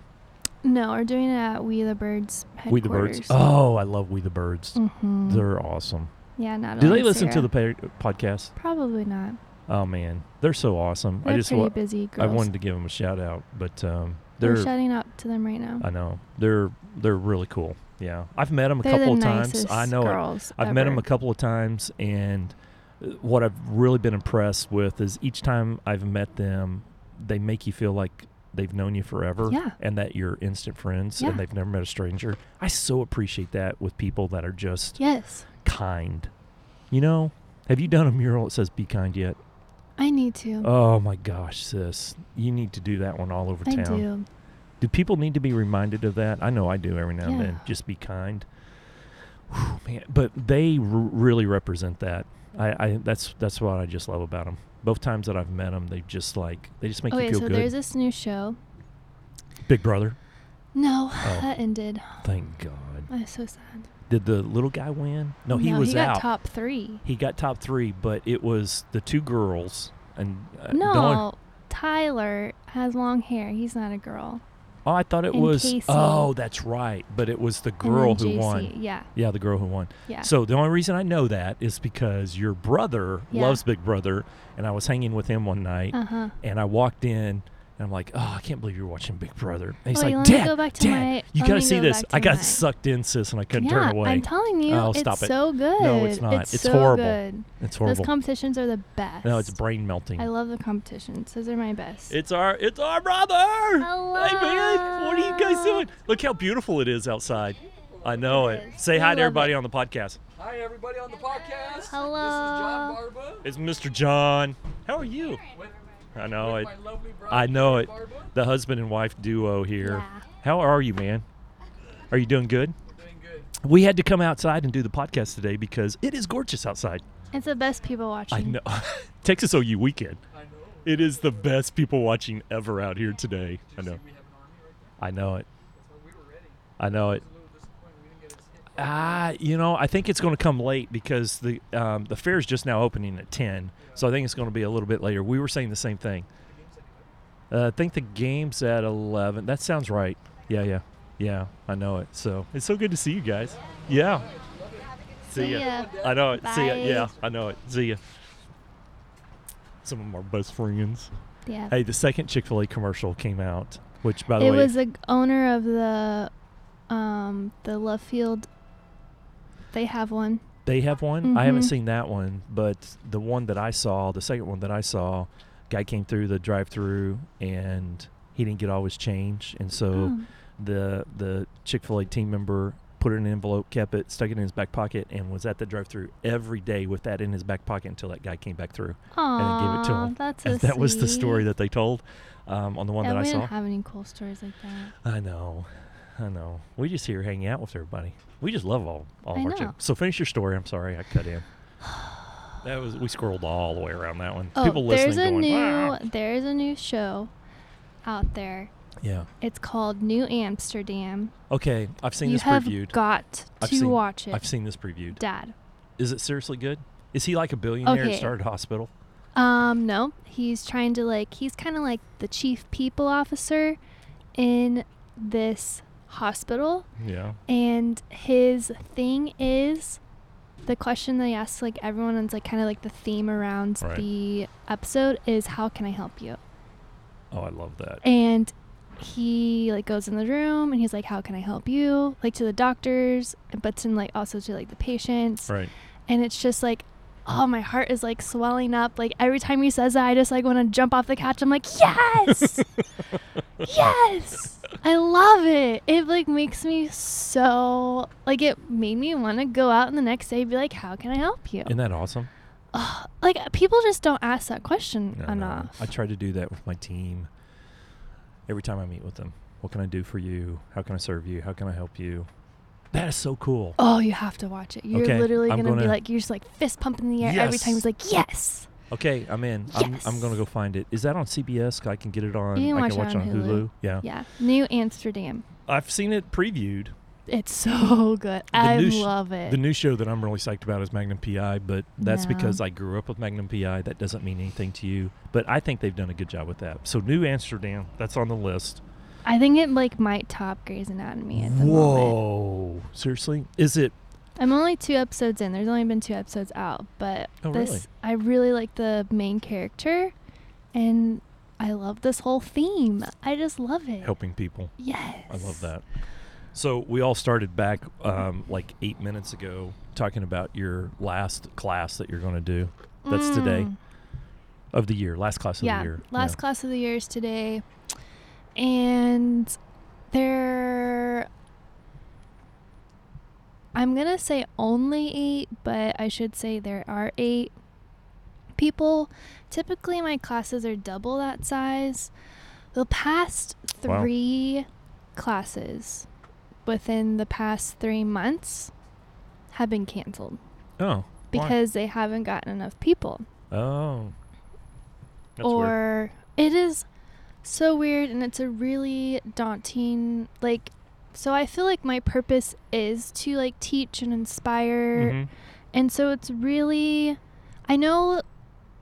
no, we're doing it at We the Birds
We the Birds.
headquarters.
Oh, I love We the Birds.
Mhm.
They're awesome.
yeah, not.
Do they
only
listen to the
Sarah.
pa- podcast?
Probably not.
Oh man, they're so awesome.
They're
I just
pretty
wa-
busy girls.
I wanted to give them a shout out, but um,
We're
they're
shouting out to them right now.
I know they're they're really cool. Yeah, I've met them a
They're
couple of
the
times.
nicest
I know it.
girls
I've met
ever.
them a couple of times, and uh, what I've really been impressed with is each time I've met them, they make you feel like they've known you forever
Yeah.
and that you're instant friends
Yeah.
and they've never met a stranger. I so appreciate that with people that are just
Yes,
kind. You know, have you done a mural that says "Be kind" yet?
I need to.
Oh my gosh, sis, you need to do that one all over
I
town.
do.
Do people need to be reminded of that? I know I do every now and
Yeah.
then. Just be kind. Whew, man, but they r- really represent that. I, I that's that's what I just love about them. Both times that I've met them, they just like they just make
okay,
you feel
so
good.
there's this new show.
Big Brother.
No,
Oh.
that ended.
Thank God.
I'm so sad.
Did the little guy win? No, he
no,
was
he got
out.
top three.
He got top three, but it was the two girls and uh,
no,
Dawn-
Tyler has long hair. He's not a girl.
Oh, I thought it
and
was.
Casey.
Oh, that's right. But it was the
And
girl
then
who
JC.
won.
Yeah,
Yeah, the girl who won.
yeah.
So the only reason I know that is because your brother
Yeah.
loves Big Brother, and I was hanging with him one night,
uh huh.
and I walked in, and I'm like, "Oh, I can't believe you're watching Big Brother." And he's
Wait,
like,
let me
"Dad,
go back to
Dad,
my-
you
let
gotta
me
see
go
this."
back to
I got
my-
sucked in, sis, and I couldn't
yeah,
turn away.
I'm telling you,
Oh,
it's
stop it.
so good.
No, it's not. It's
so
horrible.
Good.
it's
Those
horrible.
competitions are the best.
no, it's brain melting.
I love the competitions. Those are my best.
It's our it's our brother. Hey man, what are you guys
Hello.
doing? Look how beautiful it is outside. I know it.
Yes,
Say
we
hi
love
to
it.
everybody on the podcast.
Hi, everybody on the podcast.
Hello.
This is John Barba.
It's Mr. John. How are you?
With,
I know
with
it.
my lovely bride,
I know
Karen
it.
Barba.
The husband and wife duo here.
Yeah.
How are you, man? Are you doing good?
Doing good.
We had to come outside and do the podcast today because it is gorgeous outside.
It's the best people watching.
I know. Texas OU weekend.
I know.
It is the best people watching ever out here today.
Did you
I know.
see we have an army right there?
I know it.
That's why we were ready. I
I know it.
was a little disappointed we didn't get a hit.
Ah, you know, I think it's going to come late because the um, the fair is just now opening at ten, so I think it's going to be a little bit later. We were saying the same thing. Uh, I think the game's at eleven. That sounds right. Yeah, yeah, yeah. I know it. So it's so good to see you guys. Yeah.
See ya.
I know it. See ya.
Bye.
Yeah, I know it. See ya. Some of our best friends.
Yeah.
Hey, the second Chick Fil A commercial came out, which by the
it
way,
was the g- owner of the um the love field. They have one.
They have one. I haven't
Mhm.
seen that one, but the one that I saw, the second one that I saw, guy came through the drive-through and he didn't get all his change, and so
Oh.
the the Chick Fil A team member put it in an envelope, kept it, stuck it in his back pocket, and was at the drive-through every day with that in his back pocket until that guy came back through. and then gave it to
Oh. Aw,
him.
That's so
And that was the story
sweet.
that they told um, on the one
yeah,
that I
we
saw.
didn't have any cool stories like that.
I know, I know. We just here hanging out with everybody. We just love all all
I
of our
know.
Chick. So finish your story. I'm sorry, I cut in. That was we scrolled all the way around that one.
Oh,
Uh, People listening
there's a
going, "Ah."
new
"Wow."
there's a new show out there.
yeah.
It's called New Amsterdam.
Okay, I've seen
you
this
have
previewed.
got
I've
to
seen-
watch it,
I've seen this previewed.
Dad.
Is it seriously good? Is he like a billionaire that
Okay.
started a hospital?
Um, no, he's trying to like he's kind of like the chief people officer in this hospital,
Yeah.
and his thing is the question that he asks like everyone and it's like kind of like the theme around
Right.
the episode is how can I help you?
Oh, I love that.
and he like goes in the room and he's like how can i help you like to the doctors but then like also to like the patients
Right.
and it's just like oh my heart is like swelling up like every time he says that i just like want to jump off the couch i'm like yes yes i love it it like makes me so like it made me want to go out and the next day and be like how can i help you
Isn't that awesome?
Ugh, like people just don't ask that question
I know.
enough
I try to do that with my team every time I meet with them. What can I do for you? How can I serve you? How can I help you? That is so cool.
Oh, you have to watch it. You're
Okay,
literally
I'm
gonna, be
gonna-
like, you're just like fist pumping in the air every time.
Yes.
He's like, yes.
Okay, I'm in. I'm, I'm gonna
Yes.
go find it. Is that on CBS? 'Cause I can get it on.
You can
I
watch
can
it
watch
on
it on Hulu.
Hulu.
Yeah.
Yeah, New Amsterdam.
I've seen it previewed.
It's so good.
The
I
new sh-
love it.
The new show that I'm really psyched about is Magnum PI, but that's
No.
because I grew up with Magnum PI. That doesn't mean anything to you. But I think they've done a good job with that. So New Amsterdam, that's on the list.
I think it like might top Grey's Anatomy at the moment.
Whoa. Seriously? Is it
I'm only two episodes in. There's only been two episodes out, but
Oh,
this
really?
I really like the main character, and I love this whole theme. I just love it.
helping people?
Yes.
I love that. So we all started back um, like eight minutes ago talking about your last class that you're going to do. That's today
Mm.
of the year, last class of
yeah,
the year.
last
Yeah.
class of the year is today, and there. I'm gonna say only eight, but I should say there are eight people. Typically, my classes are double that size. The past
Wow.
three classes within the past three months, have been canceled
Oh. why?
because they haven't gotten enough people.
Oh. That's weird.
or it is so weird and it's a really daunting like so I feel like my purpose is to like teach and inspire
Mhm.
and so it's really, I know,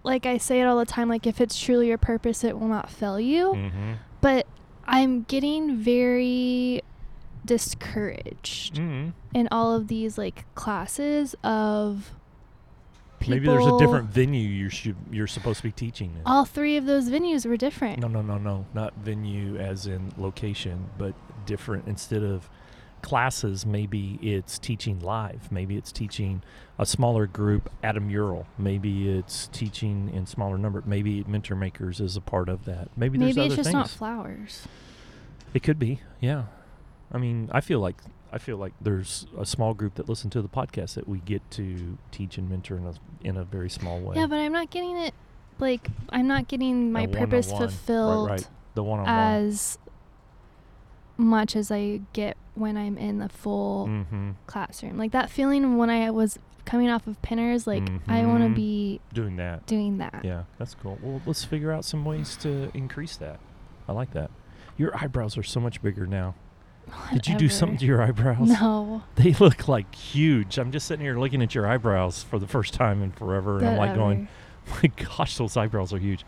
like I say it all the time, like if it's truly your purpose, it will not fail you.
Mhm.
But I'm getting very discouraged
Mhm.
in all of these like classes of people.
Maybe there's a different venue you should you're supposed to be teaching in.
All three of those venues were different.
No, no, no, no. Not venue as in location, but different. Instead of classes, maybe it's teaching live. Maybe it's teaching a smaller group at a mural. Maybe it's teaching in smaller number. Maybe Mentor Makers is a part of that. Maybe,
Maybe,
there's other
it's just
things.
not flowers.
It could be, yeah. I mean, I feel like I feel like there's a small group that listen to the podcast that we get to teach and mentor in a in a very small way.
Yeah, but I'm not getting it. Like I'm not getting my
A
purpose
one-on-one. Right,
fulfilled
right. The one on one.
as much as I get when I'm in the full
Mm-hmm.
classroom. Like that feeling when I was coming off of pinners, like I want to
Mhm.
be
Doing that.
doing that.
Yeah, that's cool. Well, let's figure out some ways to increase that. I like that. Your eyebrows are so much bigger now. Did you do something to
Whatever.
your eyebrows?
No.
They look like huge. I'm just sitting here looking at your eyebrows for the first time in forever, and I'm like going, "My gosh, those eyebrows are huge."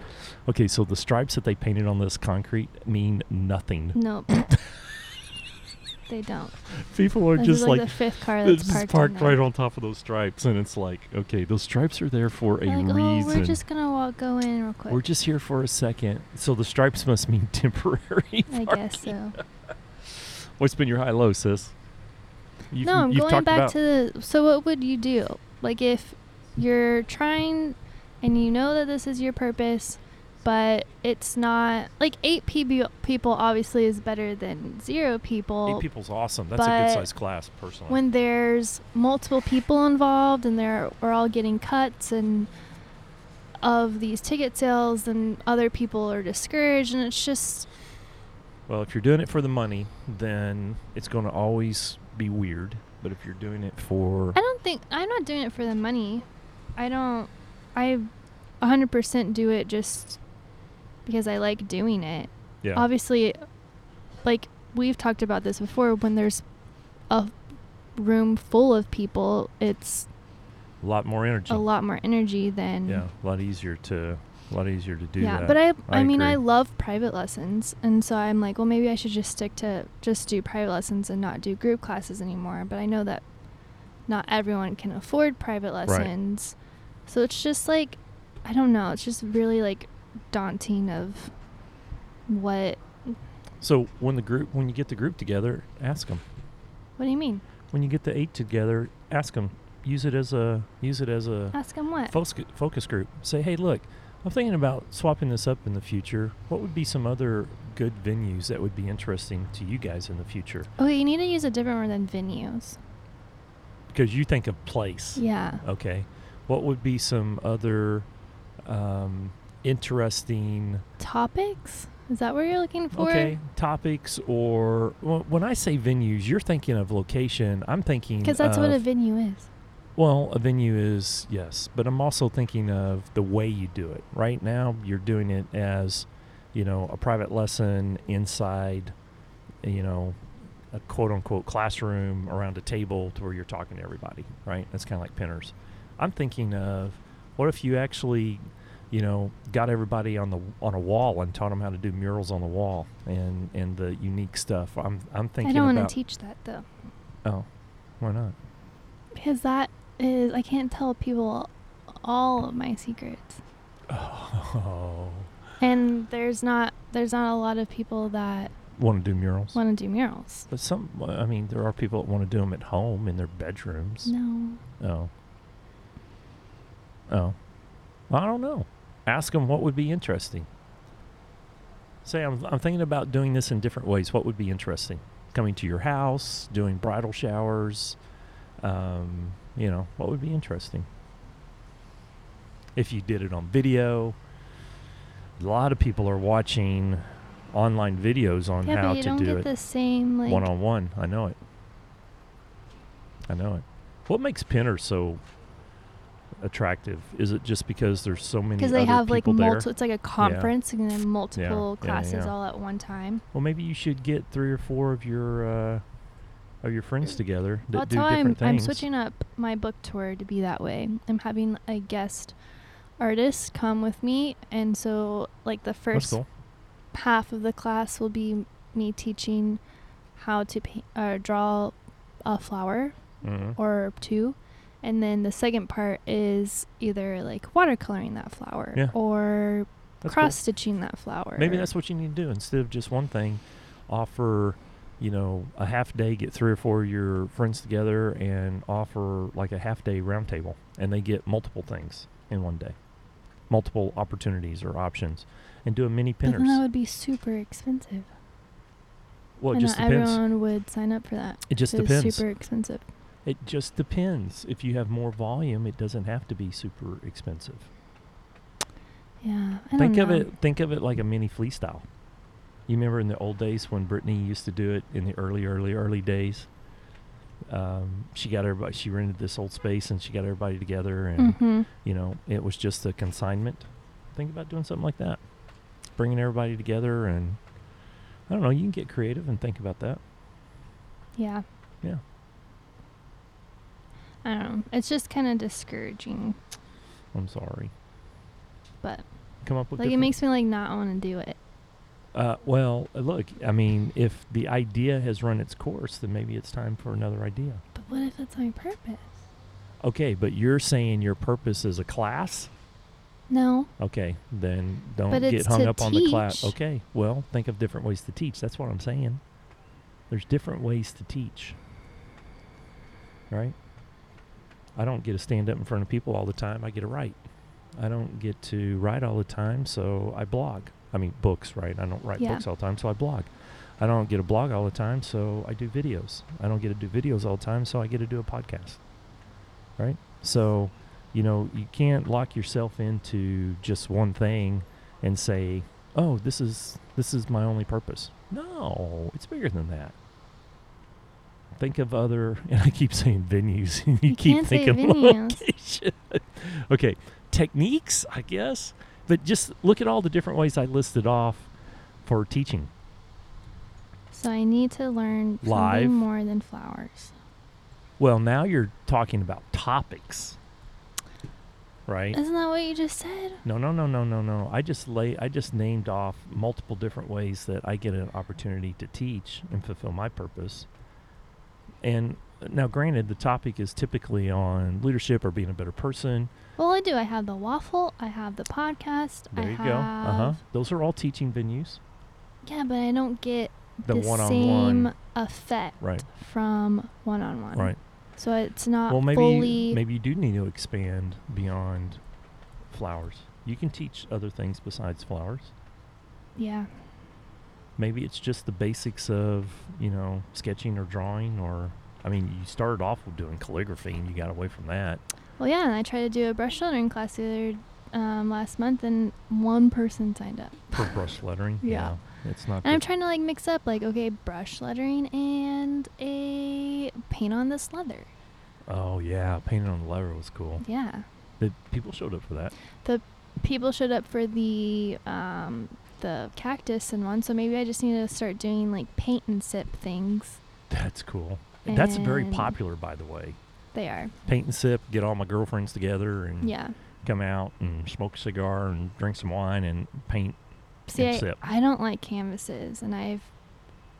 Okay, so the stripes that they painted on this concrete mean nothing.
Nope. they don't.
People are
This
just
is like,
like,
the fifth car
"This
that's
is
parked,
parked, right on top of those stripes," and it's like, "Okay, those stripes are there for a
there. Like,
reason."
oh, we're just gonna walk, go in real quick.
We're just here for a second, so the stripes must mean temporary.
I guess so.
What's been your high low, sis? You've,
no, I'm
you've
going
talked
back
about-
to the. So, what would you do? Like, if you're trying and you know that this is your purpose, but it's not. Like, eight PB people obviously is better than zero people.
Eight people's awesome. That's a
but
good sized class, personally.
when there's multiple people involved and they're we're all getting cuts and of these ticket sales and other people are discouraged and it's just
well, if you're doing it for the money, then it's going to always be weird. But if you're doing it for
I don't think I'm not doing it for the money. I don't I 100% do it just because I like doing it.
yeah,
Obviously like we've talked about this before when there's a room full of people, it's
a lot more energy.
a lot more energy than
Yeah, a lot easier to a lot easier to do
yeah,
that.
but I, I, mean, I
agree.
love private lessons, and so I'm like, well, maybe I should just stick to just do private lessons and not do group classes anymore. But I know that not everyone can afford private lessons, so it's just like, I don't know, it's just really like daunting of what.
So when the group when you get the group together, ask them.
What do you mean?
When you get the eight together, ask them. Use it as a use it as a
Ask them what.
focus, focus group. Say, hey, look, I'm thinking about swapping this up in the future. What would be some other good venues that would be interesting to you guys in the future?
Okay, Oh, you need to use a different word than venues.
Because you think of place.
Yeah.
Okay. What would be some other um, interesting
Topics? Is that what you're looking for?
okay topics or well, when I say venues, you're thinking of location. I'm thinking
Because that's what
of-
a venue is.
Well, a venue is yes, but I'm also thinking of the way you do it. Right now, you're doing it as, you know, a private lesson inside, you know, a quote unquote classroom around a table to where you're talking to everybody, right? That's kind of like pinners. I'm thinking of what if you actually, you know, got everybody on the on a wall and taught them how to do murals on the wall and and the unique stuff. I'm I'm thinking
I don't
about
want to teach that though.
oh, why not?
Because that is, I can't tell people all of my secrets,
Oh,
and there's not there's not a lot of people that
want to do murals?
want to do murals.
But some, I mean, there are people that want to do them at home in their bedrooms.
No,
Oh. Oh. I don't know. Ask them what would be interesting. Say, I'm, I'm thinking about doing this in different ways. What would be interesting? Coming to your house, doing bridal showers, um, you know, what would be interesting? If you did it on video, a lot of people are watching online videos on
yeah,
how
but you
to
don't
do
get
it
the same like.
one on one. I know it. I know it. What makes Pinner so attractive? Is it just because there's so many?
because they
other
have like
people there?
multiple. It's like a conference and then multiple
yeah,
classes
yeah.
all at one time.
Well, maybe you should get three or four of your uh, of your friends together that
Well, that's
do
how
different
I'm,
things.
I'm switching up my book tour to be that way. I'm having a guest artist come with me, and so like the
That's
first
cool.
half of the class will be me teaching how to paint, uh, draw a flower
Mhm.
or two. And then the second part is either like watercoloring that flower
Yeah.
or
That's cool.
cross stitching that flower.
Maybe that's what you need to do instead of just one thing. Offer, you know, a half day. Get three or four of your friends together and offer like a half day roundtable, and they get multiple things in one day, multiple opportunities or options, and do a mini
But then that
pinners.
would be super expensive.
Well, it
and
just
not
depends.
everyone would sign up for that.
It just
so
depends.
It's super expensive.
It just depends. If you have more volume, it doesn't have to be super expensive.
Yeah. I
think
don't
of
know.
it. Think of it like a mini flea style. You remember in the old days when Brittany used to do it in the early, early, early days. Um, she got everybody. She rented this old space and she got everybody together, and
Mhm.
you know it was just a consignment. Think about doing something like that, bringing everybody together, and I don't know. You can get creative and think about that.
Yeah.
Yeah.
I don't know. It's just kind of discouraging,
I'm sorry.
but
Come up with
like it
different-
makes me like not want to do it.
Uh, well, uh, look, I mean, if the idea has run its course, then maybe it's time for another idea.
But what if that's my purpose?
Okay, but you're saying your purpose is a class?
No.
Okay, then don't
But
get
it's
hung
to
up on the class.
teach.
Okay, well, think of different ways to teach. That's what I'm saying. There's different ways to teach. Right? I don't get to stand up in front of people all the time. I get to write. I don't get to write all the time, so I blog. I mean, books, right? I don't write
Yeah.
books all the time, so I blog. I don't get to blog all the time, so I do videos. I don't get to do videos all the time, so I get to do a podcast. Right? So, you know, you can't lock yourself into just one thing and say, "Oh, this is this is my only purpose." No, it's bigger than that. Think of other, and I keep saying venues, and you,
You
keep
can't say
thinking
venues.
location. okay, techniques, I guess, but just look at all the different ways I listed off for teaching.
So I need to learn
Live.
something more than flowers.
Well, now you're talking about topics, right?
Isn't that what you just said?
No, no, no, no, no, no. I just lay. I just named off multiple different ways that I get an opportunity to teach and fulfill my purpose. And now, granted, the topic is typically on leadership or being a better person.
Well, I do. I have the waffle. I have the podcast.
There
I
you
have,
go. Uh huh. Those are all teaching venues.
Yeah, but I don't get
The
the,
one-on-one.
same effect
Right.
from one-on-one.
Right.
So it's not
Well, maybe
fully.
you, maybe you do need to expand beyond flowers. You can teach other things besides flowers.
Yeah.
maybe it's just the basics of you know sketching or drawing or i mean you started off with doing calligraphy and you got away from that
Well, yeah. And I tried to do a brush lettering class the other um, last month, and one person signed up.
for brush lettering
Yeah.
it's not
And I'm
good.
trying to like mix up like okay, brush lettering and a paint on this leather.
oh yeah painting on the leather was cool
Yeah.
the people showed up for that
people showed up for the um, the cactus and one, so maybe I just need to start doing like paint and sip things.
that's cool that's very
And-
popular by the way
They are,
paint and sip get all my girlfriends together and
yeah.
come out and smoke a cigar and drink some wine and paint
See,
And
I,
sip.
I don't like canvases, and I've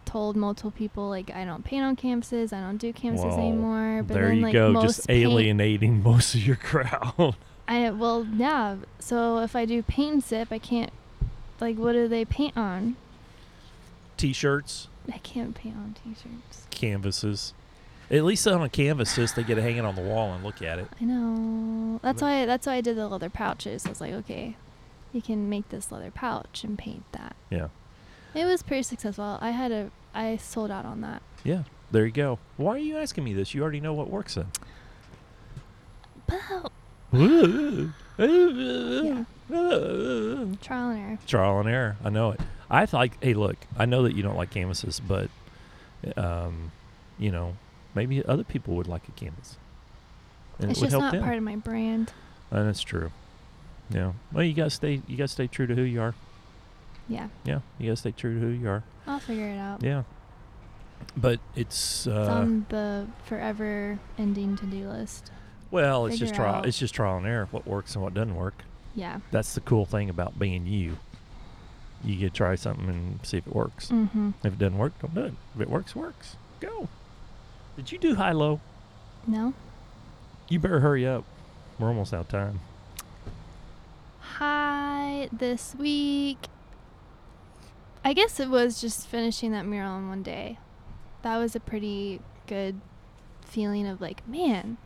told multiple people like I don't paint on canvases, I don't do canvases
Well,
anymore. But
there
then
you
like
go
most
just
paint-
alienating most of your crowd
I well, yeah. So if I do paint and sip, I can't. Like, what do they paint on?
t-shirts
I can't paint on t-shirts.
canvases. At least on a canvas, sis, they get to hang it on the wall and look at it.
I know. That's
But-
why. That's why I did the leather pouches. I was like, okay, you can make this leather pouch and paint that.
Yeah.
It was pretty successful. I had a. I sold out on that.
Yeah. There you go. Why are you asking me this? You already know what works in.
But yeah,
Trial
trial and error.
and error. I know it. I th- like. Hey, look. I know that you don't like canvases, but, um, you know, maybe other people would like a canvas. and
it's
it would
just
help
not
them.
part of my brand.
Uh, that's true. Yeah. Well, you gotta stay. You gotta stay true to who you are.
Yeah,
Yeah. You gotta stay true to who you are.
I'll figure it out.
Yeah. But it's
It's
uh,
on the forever ending to do list.
well, it's just
figure
trial.
out.
It's just trial and error. What works and what doesn't work.
Yeah.
That's the cool thing about being you. You get to try something and see if it works.
Mm-hmm.
If it doesn't work, don't do it. If it works, works. Go. Did you do high low?
No.
You better hurry up. We're almost out of time.
Hi, this week. I guess it was just finishing that mural in one day. That was a pretty good feeling of like, man,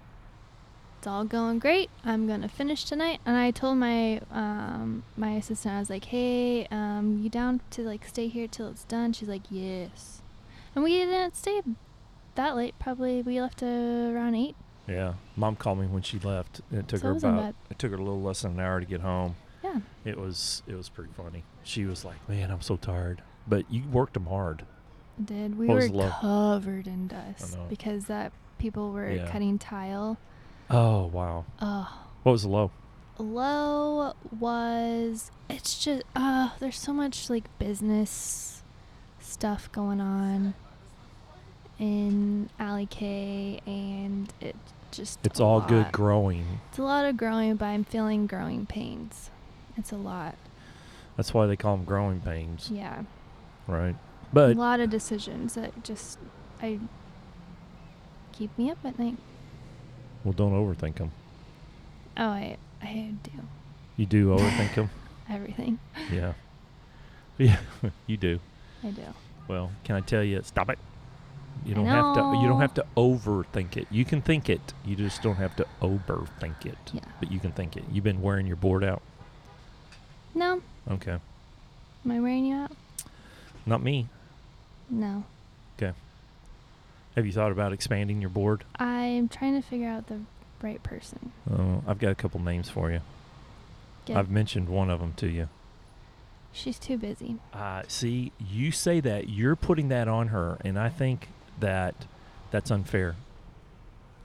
it's all going great. I'm gonna finish tonight. And I told my um, my assistant, I was like, hey, um, you down to like stay here till it's done? She's like, yes. And we didn't stay that late. Probably we left uh, around eight.
Yeah. Mom called me when she left. And it took
So it
her
wasn't
about
bad.
it took her a little less than an hour to get home.
Yeah.
It was it was pretty funny. She was like, "Man, I'm so tired." But you worked them hard.
Did we
What was
were
the low?
covered in dust
know.
because that people were
Yeah.
cutting tile.
Oh wow.
Oh,
What was the low?
low was it's just uh there's so much like business stuff going on in Alley K and it just
It's
a
all good
lot.
growing.
It's a lot of growing, but I'm feeling growing pains. It's a lot.
That's why they call them growing pains,
Yeah.
right?
a
But
lot of decisions that just I keep me up at night.
well, don't overthink them.
Oh, I I do
You do overthink them.
everything.
Yeah. Yeah, you do.
I do.
Well, can I tell you? Stop it. You
I
don't have to. You don't
know.
have to overthink it. You can think it. You just don't have to overthink it.
Yeah.
But you can think it. You've been wearing your board out.
No.
Okay.
Am I wearing you out?
Not me.
No.
Have you thought about expanding your board?
I'm trying to figure out the right person.
Oh, I've got a couple names for you.
Good.
I've mentioned one of them to you.
She's too busy.
Uh, see, you say that you're putting that on her, and I think that that's unfair.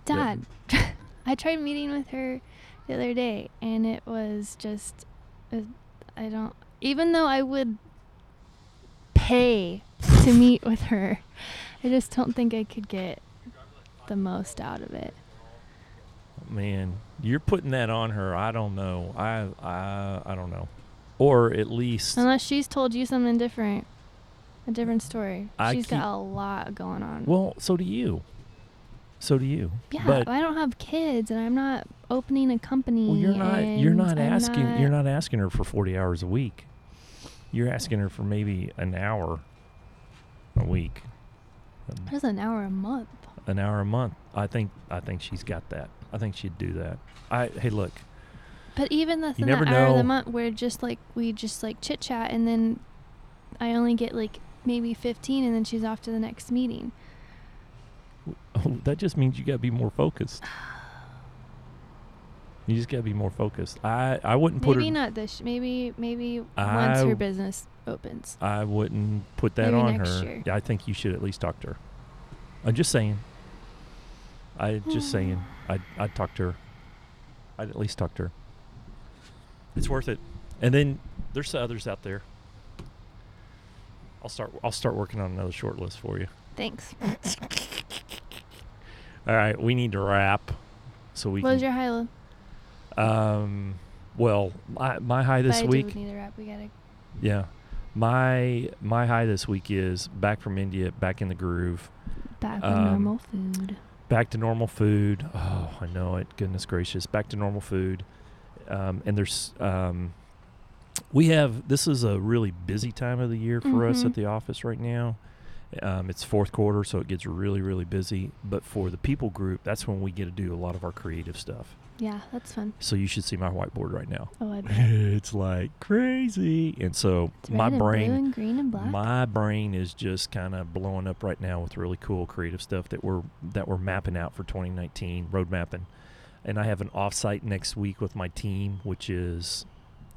Yeah.
Dad, I tried meeting with her the other day, and it was just, it, I don't. Even though I would pay to meet with her, I just don't think I could get the most out of it.
Man, you're putting that on her. I don't know. I I I don't know. Or at least
Unless she's told you something different, a different story.
I
She's
keep-
got a lot going on.
Well, so do you. So do you.
yeah,
but
I don't have kids, and I'm not opening a company.
well, you're not. You're
and
not
I'm
asking. You're not asking her for forty hours a week. You're asking her for maybe an hour a week, um,
What is an hour a month?
an hour a month. I think. I think she's got that. I think she'd do that. I. Hey, look.
But even the,
You
thing that
never
hour of
know.
the month, we're just like we just like chit chat, and then I only get like maybe 15, and then she's off to the next meeting.
that just means you got to be more focused. You just got to be more focused. I. I wouldn't put
Maybe
her.
not this. Maybe maybe once
I-
her business opens.
I wouldn't put that
Maybe
on
next
her.
year.
I think you should at least talk to her. I'm just saying. I just
Hmm.
saying. I'd I'd talk to her. I'd at least talk to her. It's worth it. And then there's the others out there. I'll start I'll start working on another short list for you.
Thanks.
All right, we need to wrap. So we
what was
can,
your high low?
um well, my my high
But
this
I do
week.
need to wrap. We gotta.
Yeah. My my high this week is back from India, back in the groove.
Back with
Um,
normal food.
back to normal food. Oh, I know it. Goodness gracious, back to normal food. Um, and there's um, we have this is a really busy time of the year for us
Mhm.
at the office right now. Um, it's fourth quarter, so it gets really really busy. But for the people group, that's when we get to do a lot of our creative stuff.
Yeah, that's fun.
So you should see my whiteboard right now.
Oh, I bet.
it's like crazy, and so
It's
my
red and
brain.
blue and green and black.
My brain is just kind of blowing up right now with really cool creative stuff that we're that we're mapping out for 2019, road mapping. And I have an offsite next week with my team, which is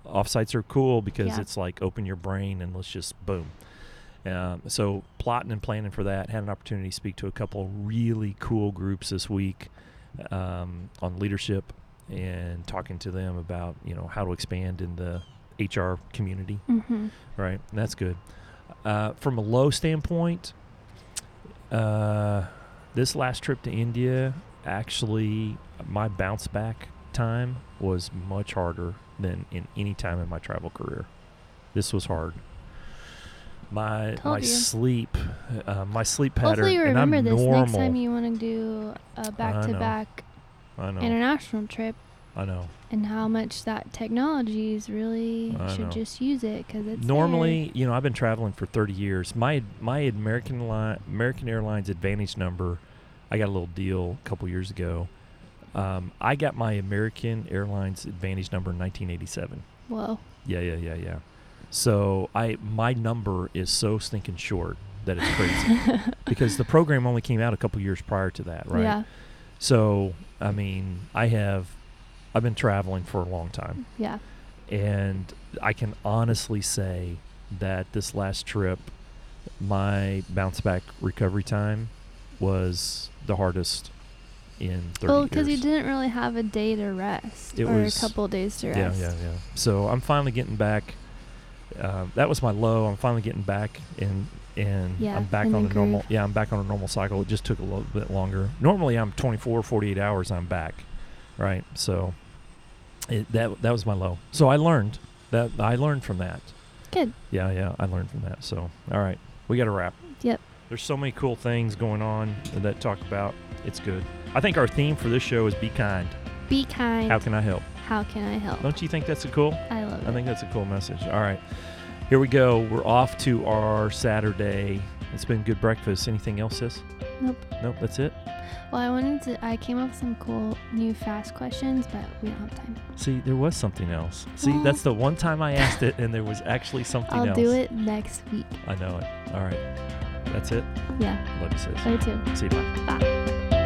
offsites are cool because
Yeah.
it's like open your brain and let's just boom. Um, so plotting and planning for that. Had an opportunity to speak to a couple really cool groups this week. um, on leadership and talking to them about you know how to expand in the HR community.
Mm-hmm.
Right, and that's good. Uh, from a low standpoint, uh, this last trip to India, actually, my bounce back time was much harder than in any time in my travel career. This was hard. My
Told
my
you.
sleep, uh, my sleep pattern,
Hopefully, you
and I'm
remember this
normal.
next time you want to do a back-to-back
I know,
international trip,
I know.
and how much that technology is really
I
should
know.
just use it because it's there.
Normally, you know, I've been traveling for 30 years. My my American line, American Airlines Advantage number, I got a little deal a couple years ago. Um, I got my American Airlines Advantage number in 1987.
Whoa.
Yeah, yeah, yeah, yeah. So I my number is so stinking short that it's crazy because the program only came out a couple years prior to that, right?
Yeah.
So I mean, I have I've been traveling for a long time.
Yeah.
And I can honestly say that this last trip, my bounce back recovery time was the hardest in 30
Well,
because
because you didn't really have a day to rest
It
or
was-
a couple days to
Yeah,
rest.
yeah, yeah. So I'm finally getting back. Um, that was my low. I'm finally getting back, and and
Yeah,
I'm back
in
on
the
a normal.
groove.
Yeah, I'm back on a normal cycle. It just took a little bit longer. Normally, I'm 24, 48 hours. I'm back, right? So it, that that was my low. So I learned that I learned from that.
Good.
Yeah, yeah, I learned from that. So, all right, we got to wrap.
Yep.
There's so many cool things going on that talk about. It's good. I think our theme for this show is be kind.
Be kind.
How can I help?
How can I help?
Don't you think that's a cool?
I love it.
I think that's a cool message. All right, here we go. We're off to our Saturday. It's been good breakfast. Anything else, sis?
Nope.
Nope. That's it.
Well, I wanted to. I came up with some cool new fast questions, but we don't have time.
See, there was something else. See,
Aw.
that's the one time I asked it, and there was actually something
I'll
else.
do it next week.
I know it. All right, that's it.
Yeah,
Love you, sis.
I too.
See you. Bye.
Bye.